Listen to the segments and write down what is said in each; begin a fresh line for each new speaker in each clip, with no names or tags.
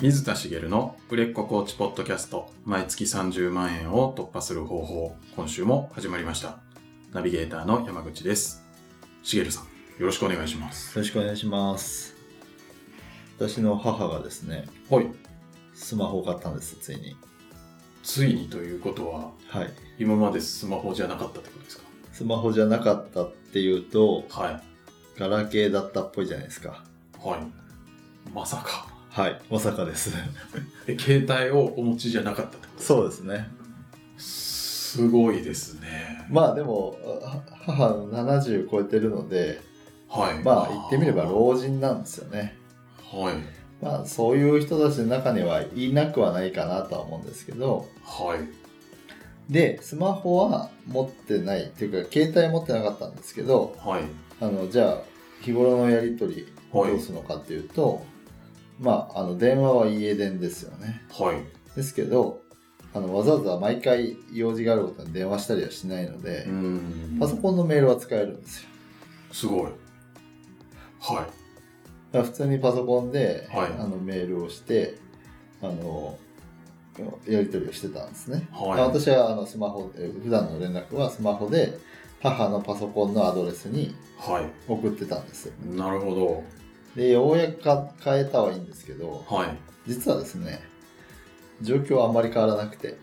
水田茂の売れっ子コーチポッドキャスト毎月30万円を突破する方法今週も始まりましたナビゲーターの山口です茂さんよろしくお願いします
よろしくお願いします。私の母がですね、
はい
スマホを買ったんです、ついに。
ついにということは
はい。
今までスマホじゃなかったってことです
スマホじゃなかったっていうと、
かはい
ガラケーだったっぽいじゃないですか。
はいまさか
はい、まさかです。
え携帯をお持ちじゃなかったってこと
そうですね。
すごいですね
まあでも、あ母の70超えてるので、
はい
まあ言ってみれば老人なんですよね。
はい
まあそういう人たちの中にはいなくはないかなとは思うんですけど、
はい
で、スマホは持ってないっていうか、携帯持ってなかったんですけど、
はい
あのじゃあ日頃のやり取りど
はいう
するのかっていうと、まああの電話は家電ですよね
はい
ですけどあのわざわざ毎回用事があることに電話したりはしないので
うー、ん
パソコンのメールは使えるんですよ
すごいはい
だから普通にパソコンで、
はい
あのメールをしてあのやり取りをしてたんですね、
はい
まあ私はあのスマホで普段の連絡はスマホで母のパソコンのアドレスに
はい
送ってたんです
なるほ
でようやくか変えたはいいんですけど、
ど。はい。
実はですね状況はあんまり変わらなくて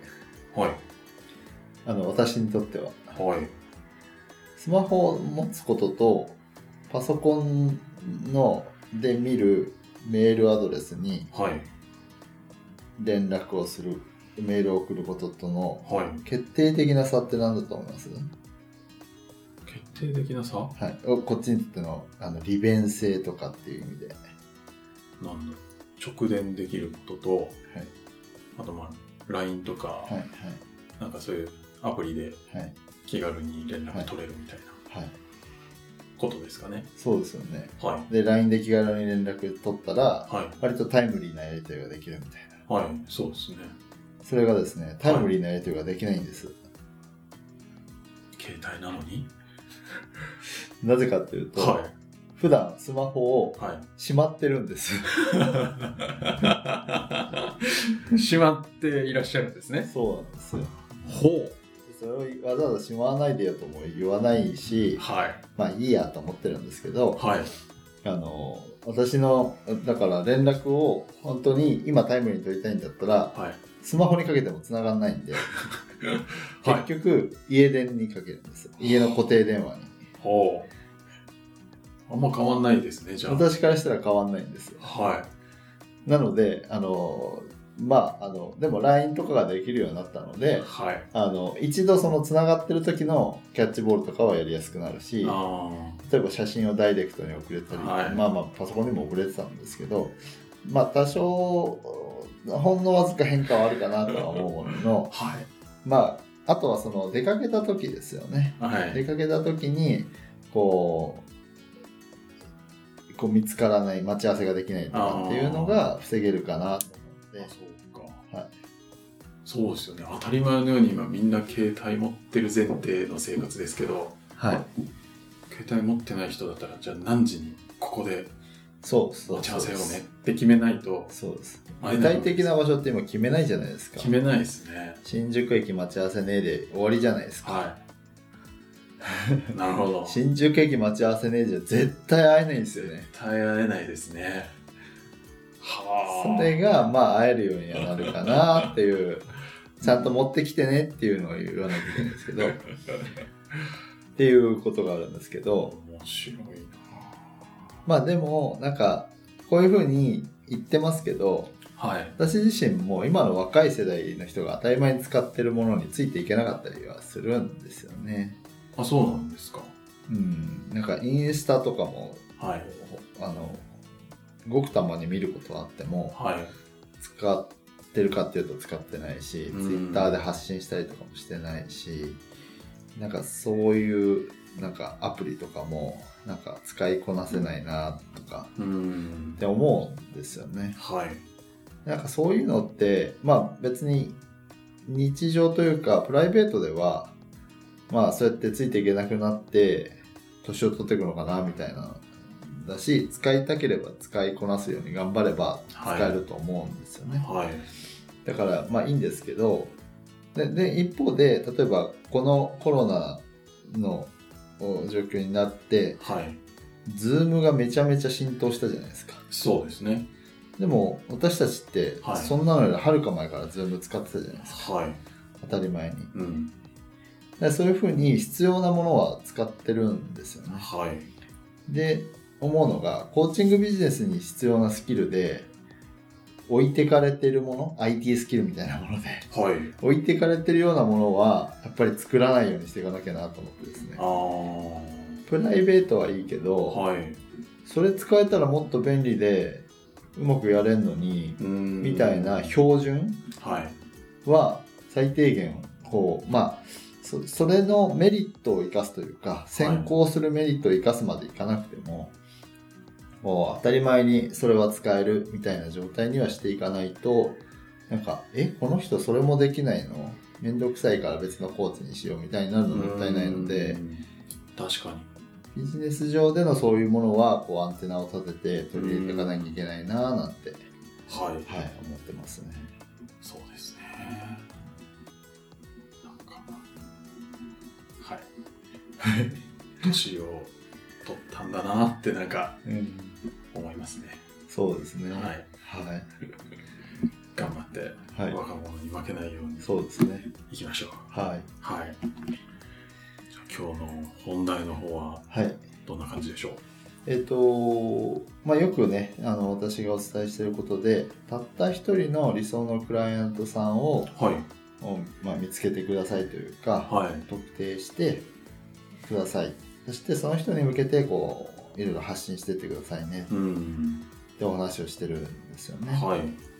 はい。
あの私にとっては
はい。
スマホを持つこととパソコンので見るメールアドレスに
はい。
連絡をするメールを送ることとの
はい。
決定的な差って何だと思います、
決定的な差
はい、おこっちにとってのあの利便性とかっていう意味で
なんだ直伝できることと、
はい
あとまあ、LINE とか、
はい
なんかそういうアプリで
はいはい
気軽に連絡取れるみたいな
はい
ことですかね。
そうですよね
はい。
で LINE で気軽に連絡取ったら
はい。
割とタイムリーなやり取りができるみたいな
はい。そうですね。
それがですね、タイムリーなやり取りができないんです。
携帯なのに
なぜかっていうと、
は
普段スマホを
い。はい。
しまってるんです。
しまっていらっしゃるんですね。
そうなんですよ。
ほう。
それをわざわざしまわないでよとも言わないし、
はい。
まあいいやと思ってるんですけど、
はい。
あの、私の、だから連絡を本当に今タイムリーに取りたいんだったら、
はい。
スマホにかけても繋がんないんで、
はい
結。局家電にかけるんですよ。家の固定電話に。
ほう。あんま変わんないですね、じゃあ。
私からしたら変わんないんですよ。
は
なので、あの、まあ、あの、でも LINE とかができるようになったの
い。
で、
はい。
あの、一度その繋がってる時のキャッチボールとかはやりやすくなるし、
あ
例えば写真をダイレクトに送れたり、
はい
まあまあパソコンにも送れてたんですけど、まあ多少、ほんのわずか変化はあるかなとは思う
あ。
ものの、
はい。
まあ、あとはその出かけた時ですよね。
はい。
出かけた時に、こう、こう見つからない、待ち合わせができないとかっていうのが防げるかな
あ
と思っ
そうか。
はい
そうですよね。当たり前のように今みんな携帯持ってる前提の生活ですけど、
て。はい。
携帯持ってない人だったら、じゃあ何時にここで
そうそうそう。
待ち合わせようねって決めないと、
そうです。
あれ
具
だ
体的な場所って今決めないじゃないですか
決。めないですね。
新宿駅待ち合わせねえで終わりじゃないですか。
はい。なるほど。絶
新宿駅待ち合わせねえじゃ絶対会えないんですよね。
対会えないですね。はあ。
それがまあ会えるようにはなるかなっていう、ちゃんと持ってきてねっていうのを言わなきゃいけないんですけど、っていうことがあるんですけど、
面白いな。
まあでもなんかこういうふうに言ってますけど、
はい。
私自身も今の若い世代の人が当たり前に使ってるものについていけなかったりはするんですよね。
あ、そうなんですか。
うん、なんかインスタとかも
はい。
あのごくたまに見ることはあっても
はい。
使ってるかっていうと使ってないし、
うん
ツイッターで発信したりとかもしてないしなんかそういうなんかアプリとかもなんか使いこなせないなとか
うーん
っ。て思うんですよね。
はい。
なんかそういうのってまあ別に日常というかプライベートではまあそうやってついていけなくなって年を取っていくのかなみたいなだし使いたければ使いこなすように頑張れば使えると思うんですよね、
はい。
だからまあいいんですけどでで一方で例えばこのコロナのお状況になって
はい。
Zoom がめちゃめちゃ浸透したじゃないですか
そうですね。
でも私たちって
はい
そんなのよりはるか前から Zoom 使ってたじゃないですか
はい。
当たり前に
うん。
でそういうふうに必要なものは使ってるんですよね
はい。
で思うのがコーチングビジネスに必要なスキルで置いてかれてるもの IT スキルみたいなもので
はい。
置いてかれてるようなものはやっぱり作らないようにしていかなきゃなと思ってですね
ああ。
プライベートはいいけど、
はい。
それ使えたらもっと便利でうまくやれんのに
うん。
みたいな標準
はい。
は最低限こうまあそそれのメリットを生かすというか先行するメリットを生かすまでいかなくても、もう当たり前にそれは使えるみたいな状態にはしていかないとなんかえこの人それもできないの面倒くさいから別のコーチにしようみたいになるのもったいないので
うん。確かに。
ビジネス上でのそういうものはこうアンテナを立てて取り入れていかなきゃいけないなーなんて、
はい。
はい、思ってますね。
そうですね。なんか、はい。 年を取ったんだなってなんか思いますね。
そうですね。
は。
はい
頑張って
い。はい
若者に負けないように
そうですね。
いきましょう。
はい。
はい。じゃあ今日の本題の方は
はい。
どんな感じでしょう
えっ、と、まあ、よくね、あの、私がお伝えしていることで、たった一人の理想のクライアントさんを、
はい。
おまあ、見つけてくださいというか、
はい。
特定してください。そして、その人に向けて、こう、いろいろ発信していってくださいね、
うん。
ってお話をしてるんですよね。
はい。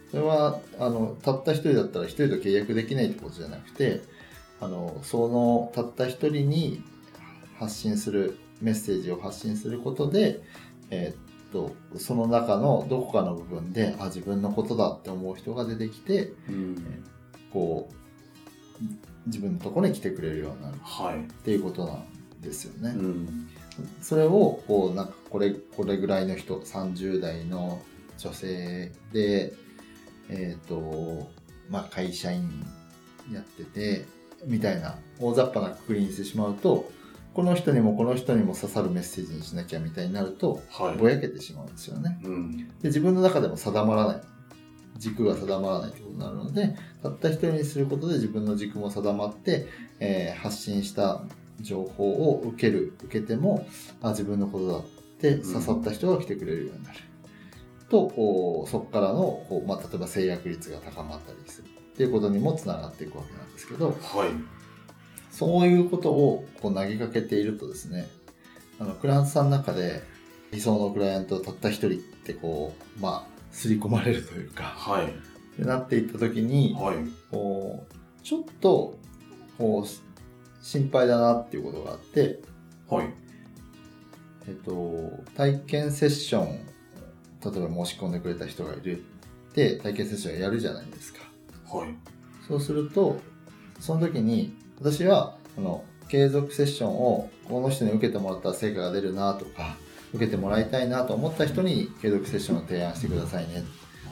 それはあのたった一人だったら一人と契約できないってことじゃなくてあのそのたった一人に発信するメッセージを発信することで、えーっとその中のどこかの部分であ自分のことだって思う人が出てきて
うん。
こう自分のところに来てくれるようになるっ
はい。
ていうことなんですよね。
うん。
それをこうなんかこれこれぐらいの人30代の女性でえっ、とまあ会社員やっててみたいな大雑把なくくりにしてしまうとこの人にもこの人にも刺さるメッセージにしなきゃみたいになると
は
ぼやけてしまうんですよね。
い。うん。
で自分の中でも定まらない軸が定まらないってことになるのでたった一人にすることで自分の軸も定まって、えー発信した情報を受ける受けてもあ自分のことだって刺さった人が来てくれるようになる、とこうそこからのこう、まあ、例えば制約率が高まったりするっていうことにもつながっていくわけなんですけど
はい。
そういうことをこう投げかけているとですねあのクライアントさんの中で理想のクライアントたった一人ってこうまあ刷り込まれるというか
はい。
ってなっていった時に
はい。
こうちょっとこうし心配だなっていうことがあって、
はい。
えっと、体験セッション例えば申し込んでくれた人がいるで体験セッションやるじゃないですか。
はい。
そうすると、その時に、私は、あの、継続セッションをこの人に受けてもらったら成果が出るなとか、受けてもらいたいなと思った人に継続セッションを提案してくださいね。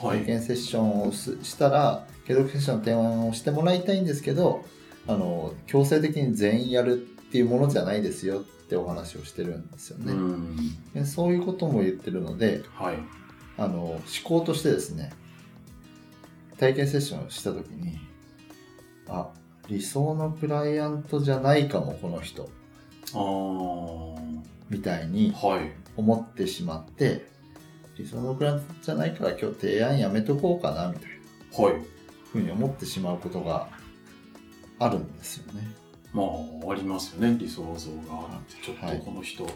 は
体
い。
験セッションをすしたら、継続セッションの提案をしてもらいたいんですけど、あの、強制的に全員やるっていうものじゃないですよってお話をしてるんですよ
う
ね。
ん。
でそういうことも言ってるので、
はい。
あの思考としてですね体験セッションをした時にあ理想のクライアントじゃないかもこの人
あー。
みたいに
はい。
思ってしまって理想のクライアントじゃないから今日提案やめとこうかなみたいな
はい。
ふうに思ってしまうことがあるんですよね。
まあ、ありますよね。理想像があって、ちょ
は
っ
い
とこの人、こ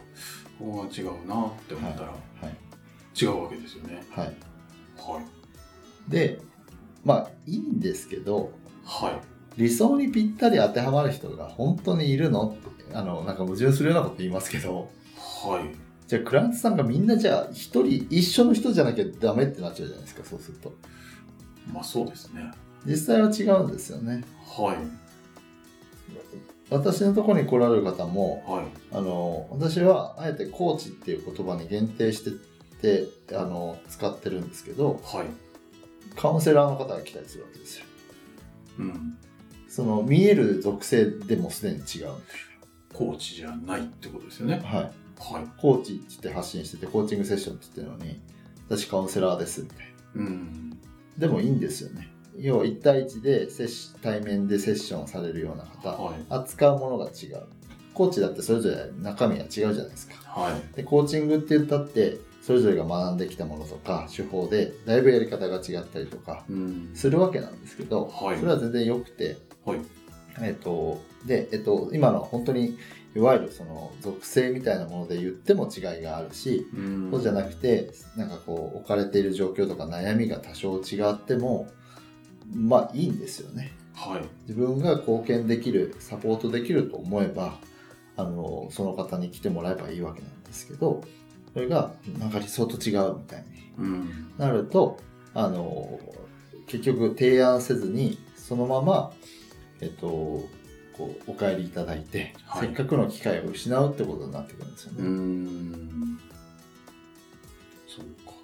こが違うなって思ったら、
はい
違うわけですよね。
はい、
はい。
でまあいいんですけど
はい。
理想にぴったり当てはまる人が本当にいるのってあのなんか矛盾するようなこと言いますけど。
はい。
じゃあクライアントさんがみんなじゃあ一人一緒の人じゃなきゃダメってなっちゃうじゃないですかそうすると
まあ、そうですね。
実際は違うんですよね
はい。
私のところに来られる方も
はい。
あの私はあえてコーチっていう言葉に限定しててあの使ってるんですけど
はい。
カウンセラーの方が来たりするわけですよ
うん。
その見える属性でもすでに違うんです
コーチじゃないってことですよね。
はい
はい。
コーチって言って発信しててコーチングセッションって言ってるのに私カウンセラーですみたいな
うん。
でもいいんですよね要は1対1でセッシ対面でセッションをされるような方
はい。
扱うものが違うコーチだってそれぞれ中身が違うじゃないですか
はい。
でコーチングって言ったってそれぞれが学んできたものとか手法でだいぶやり方が違ったりとか
うん。
するわけなんですけど、
はい
それは全然良くて、
はい
えっとでえっと、今のは本当にいわゆるその属性みたいなもので言っても違いがあるし、
うん
そうじゃなくてなんかこう置かれている状況とか悩みが多少違ってもまあいいんですよね。
はい。
自分が貢献できるサポートできると思えばあのその方に来てもらえばいいわけなんですけどそれがなんか理想と違うみたいに
うん。
なるとあの結局提案せずにそのまま、えっと、こうお帰りいただいて、
はい
せっかくの機会を失うってことになってくるんですよ
う
ね。
ん。そうか。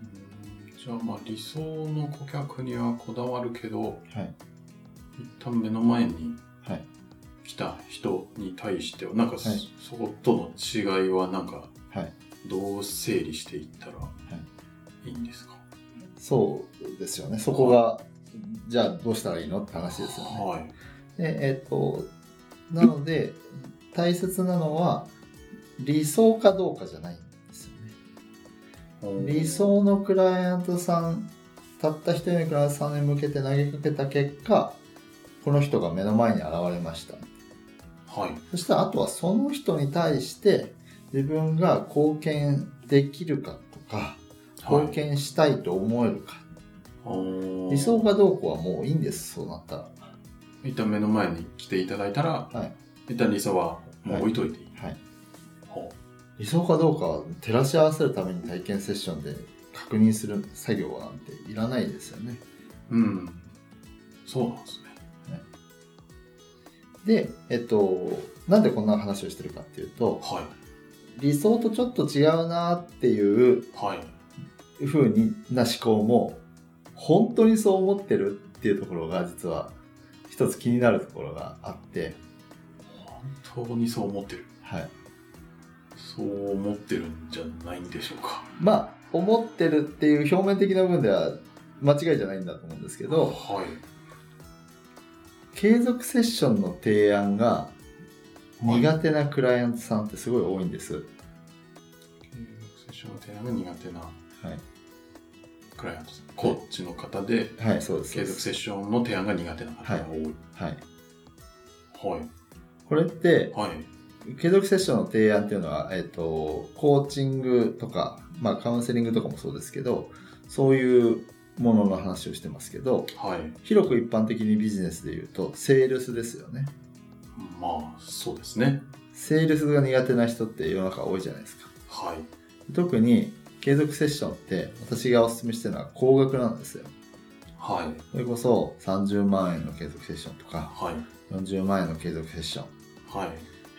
うんじゃあまあ理想の顧客にはこだわるけど
はい
一旦目の前に
はい、
来た人に対してはなんか、
はい
そことの違いはなんか、
はい
どう整理していったらいいんですか、
そうですよねそこがじゃあどうしたらいいのって話ですよね。
はい
でえっとなので大切なのは理想かどうかじゃないんですよね。理想のクライアントさんたった一人のクライアントさんに向けて投げかけた結果この人が目の前に現れました
はい
そしたらあとはその人に対して自分が貢献できるかとか
はい
貢献したいと思えるか、
おー
理想かどうかはもういいんですそうなったら
一旦目の前に来ていただいたら、
はい
一旦理想はもう置いといていい、
はい
ほ
理想かどうかは照らし合わせるために体験セッションで確認する作業なんていらないですよね
ううんそうなんですね
でえっとなんでこんな話をしてるかっていうと
はい
理想とちょっと違うなっていう
はい
風にな思考も本当にそう思ってるっていうところが実は一つ気になるところがあって、
本当にそう思ってる
はい、
そう思ってるんじゃないんでしょうか
まあ思ってるっていう表面的な部分では間違いじゃないんだと思うんですけど
はい
継続セッションの提案が苦手なクライアントさんってすごい多いんです。
契約セッションの提案が苦手な
はい
クライアントさんコーチの方で、
はい、そうです。
継続セ
ッシ
ッションの提案が苦手な方が多い。
ョン。はい。
はい。
これって、
はい。
継続セッションの提案っていうのは、えっ、と、コーチングとか、まあ、カウンセリングとかもそうですけど、そういうものの話をしてますけど、
はい。
広く一般的にビジネスで言うと、セールスですよね。
まあ、そうですね。
セールスが苦手な人って世の中多いじゃないですか。
はい。
特に、継続セッションって、私がお勧めしてるのは高額なんですよ。
はい。
それこそ、30万円の継続セッションとか、
はい。
40万円の継続セッション。
はい。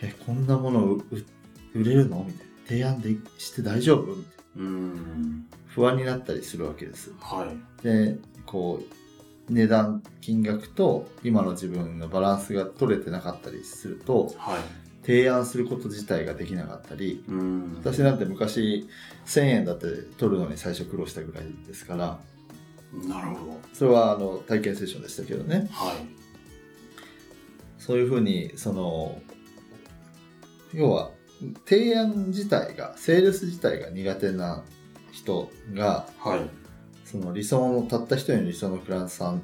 えこんなものうう売れるのみたいな提案でして大丈夫みたいな
うーん。
不安になったりするわけです
はい。
でこう値段金額と今の自分のバランスが取れてなかったりすると
はい。
提案すること自体ができなかったり
うーん。
私なんて昔1000円だって取るのに最初苦労したぐらいですから
なるほど。
それはあの体験セッションでしたけどね
はい。
そういうふうにその要は提案自体がセールス自体が苦手な人が
はい。
その理想のたった一人の理想のクライアントさん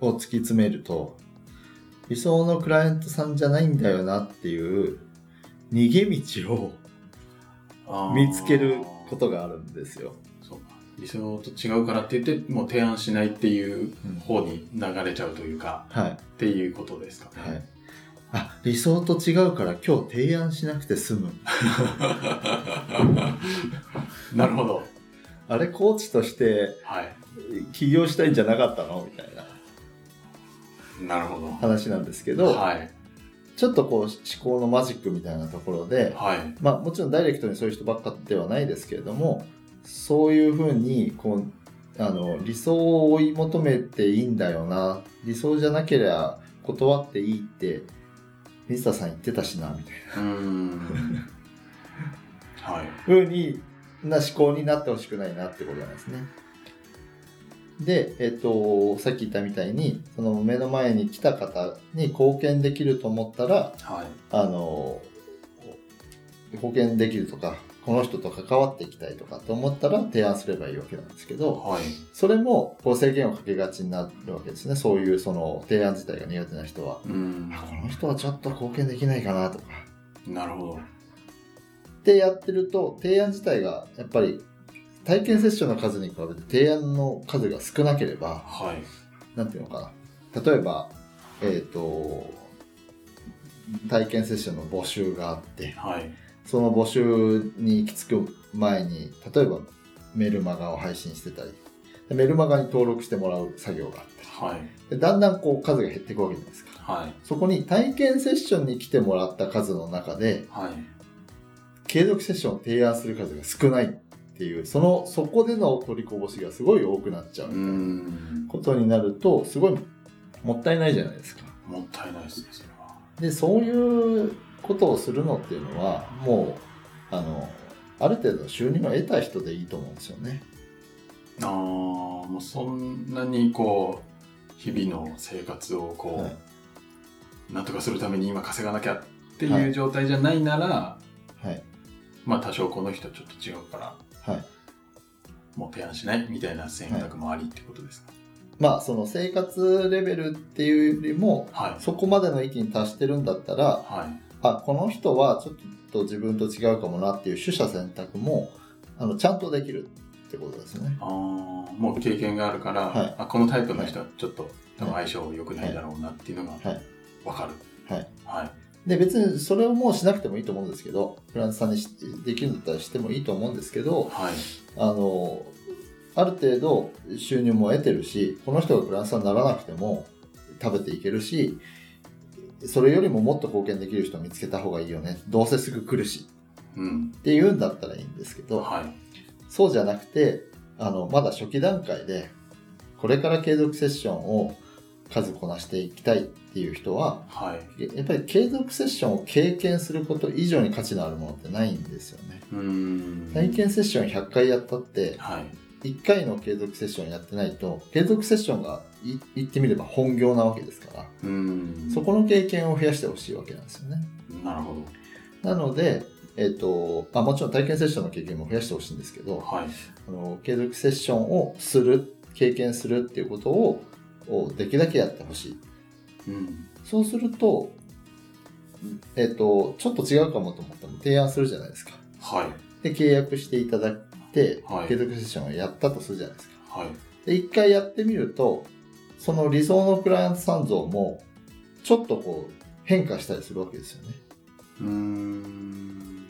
を突き詰めると理想のクライアントさんじゃないんだよなっていう逃げ道を
あー
見つけることがあるんですよ。
そうか理想と違うからって言って、もう提案しないっていう方に流れちゃうというか、
はい、
っていうことですか
は
ね。
い、あ理想と違うから今日提案しなくて済む
なるほど。
あれコーチとして
はい。
起業したいんじゃなかったのみたいな。
なるほど。
話なんですけど、
はい。
ちょっとこう思考のマジックみたいなところで、
はい。
まあ、もちろんダイレクトにそういう人ばっかではないですけれどもそういうふうにこうあの理想を追い求めていいんだよな理想じゃなければ断っていいって水田さん言ってたしなみたいう
ーん。はい。
なふうにな思考になってほしくないなってことなんですね。で、えっと、さっき言ったみたいにその目の前に来た方に貢献できると思ったら
はい。
あの保険できるとかこの人と関わっていきたいとかと思ったら提案すればいいわけなんですけど
はい。
それもこう制限をかけがちになるわけですねそういうその提案自体が苦手な人は
うーん
あ。この人はちょっと貢献できないかなとか
なるほど。
ってやってると提案自体がやっぱり体験セッションの数に比べて提案の数が少なければ
はい。
なんていうのかな例えばえっ、と体験セッションの募集があって
はい。
その募集に行き着く前に例えばメルマガを配信してたりでメルマガに登録してもらう作業があったり
はい。
でだんだんこう数が減っていくわけじゃないですか
はい。
そこに体験セッションに来てもらった数の中で
はい。
継続セッションを提案する数が少ないっていうそのそこでの取りこぼしがすごい多くなっちゃ
う
う
ーん。
ことになるとすごいもったいないじゃないですか
もったいないですね、それは。
でそういうことをするのっていうのはもうあのある程度収入を得た人でいいと思うんですよね。
ああ、もうそんなにこう、日々の生活をこう、
はい
なんとかするために今稼がなきゃって
は
いう
い
状態じゃないなら、
はい
まあ多少この人ちょっと違うから、
はい、
もう提案しないみたいな選択もありってことですか。
まあその生活レベルっていうよりも
はい。
そこまでの域に達してるんだったら
はい。
あこの人はちょっと自分と違うかもなっていう取捨選択もあのちゃんとできるってことですね。
ああ、もう経験があるから、
はい
あこのタイプの人はちょっと、多分相性良くないだろうなっていうのが
はい
わかる。
はい
はい。
で別にそれをもうしなくてもいいと思うんですけどフランスさんにしできるんだったらしてもいいと思うんですけど、
はい。
あのある程度収入も得てるしこの人がフランスにならなくても食べていけるしそれよりももっと貢献できる人を見つけた方がいいよねどうせすぐ来るし
うん。
っていうんだったらいいんですけど
はい。
そうじゃなくてあのまだ初期段階でこれから継続セッションを数こなしていきたいっていう人は
はい。
やっぱり継続セッションを経験すること以上に価値のあるものってないんですよね。
うーん。
体験セッション100回やったって
はい。
1回の継続セッションやってないと継続セッションがい言ってみれば本業なわけですから
うーん。
そこの経験を増やしてほしいわけなんですよね
なるほ
なので、えっとまあ、もちろん体験セッションの経験も増やしてほしいんですけ
ど。
ど
はい。
あの継続セッションをする経験するっていうことををできるだけやってほしい
うん。
そうすると,、えっとちょっと違うかもと思っても提案するじゃないですか
はい。
で契約していただいて
はい
継続セッションをやったとするじゃないですか
はい。
で一回やってみるとその理想のクライアントさん像もちょっとこう変化したりするわけですよね
うーん。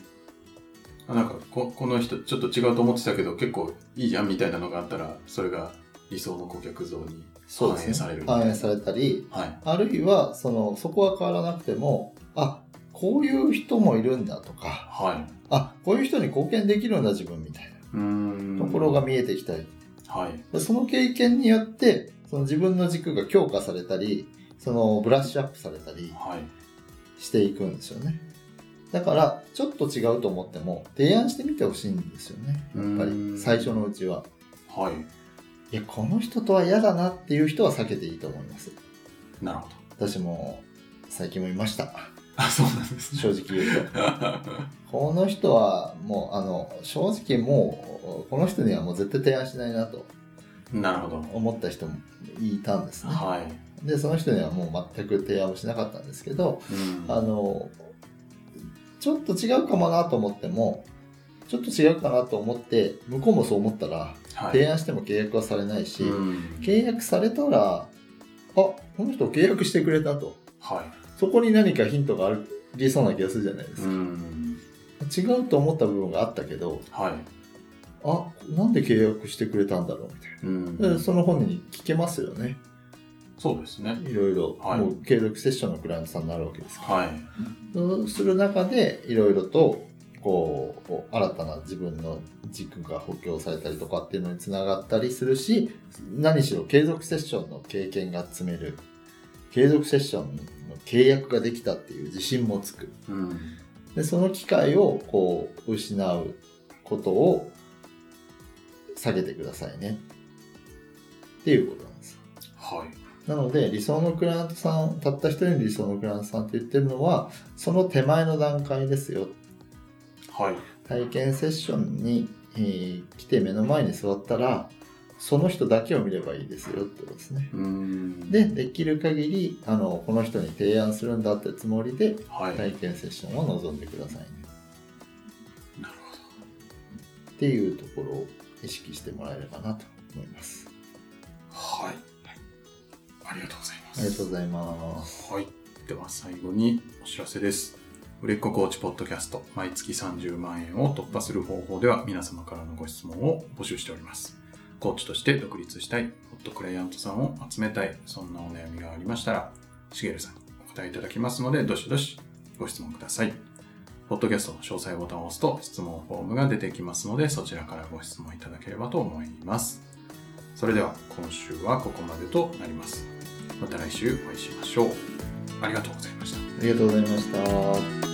あなんかこ、この人ちょっと違うと思ってたけど、結構いいじゃんみたいなのがあったら、それが理想の顧客像に反映されるみたいな
反映されたり
はい。
あるいはそのそこは変わらなくてもあこういう人もいるんだとか
はい。
あこういう人に貢献できるんだ自分みたいう
ーん。
なところが。見えてきたり
はい。
でその経験によってその自分の軸が強化されたりそのブラッシュアップされたり
はい。
していくんですよねだからちょっと違うと思っても提案してみてほしいんですよねやっぱ
うーん
り最初のうちは
はい。
いやこの人とは嫌だなっていう人は避けていいと思います
なるほど。
私も最近もいました
あ、そうなんですね。
正直言う と
は
この人はもうあの正直もうこの人にはもう絶対提案しないなと
い。なるほど。
思った人もいたんですね
はい。
でその人にはもう全く提案もしなかったんですけど
うん。
あのちょっと違うかもなと思ってもちょっと違うかなと思って向こうもそう思ったら
はい。
提案しても契約はされないし、
うん
契約されたらあこの人契約してくれたと
は
そこに何かヒントがありそうな気がするじゃないで
い。
す
う
か、
ん。
違うと思った部分があったけど
は
あなんで契約してくれたんだろうみたい
い。うん。
なでその本人に聞けますよね
そうですね。
いろいろ、
はい
もう継続セッションのクライアントさんになるわけですから、
はい。
そうする中でいろいろとこうこう新たな自分の軸が補強されたりとかっていうのにつながったりするし何しろ継続セッションの経験が積める継続セッションの契約ができたっていう自信もつく
うん。
でその機会をこう失うことを下げてくださいねっていうことなんです
はい。
なので理想のクライアントさんたった一人の理想のクライアントさんって言ってるのはその手前の段階ですよ
はい。
体験セッションに、えー来て目の前に座ったらその人だけを見ればいいですよってことですね
うん。
で、できる限りあのこの人に提案するんだってつもりで
はい。な
体
る
験セッションを望んでくださいね
ほど。
っていうところを意識してもらえればなと思います
はい。ありがとうございま
あ
す。
りがとうございます
はい。では最後にお知らせです。売れっ子コーチポッドキャスト、毎月30万円を突破する方法では皆様からのご質問を募集しております。コーチとして独立したい、ホットクライアントさんを集めたい、そんなお悩みがありましたら、しげるさんにお答えいただきますので、どしどしご質問ください。ポッドキャストの詳細ボタンを押すと質問フォームが出てきますので、そちらからご質問いただければと思います。それでは今週はここまでとなります。また来週お会いしましょう。ありがとうございました。
ありがとうございました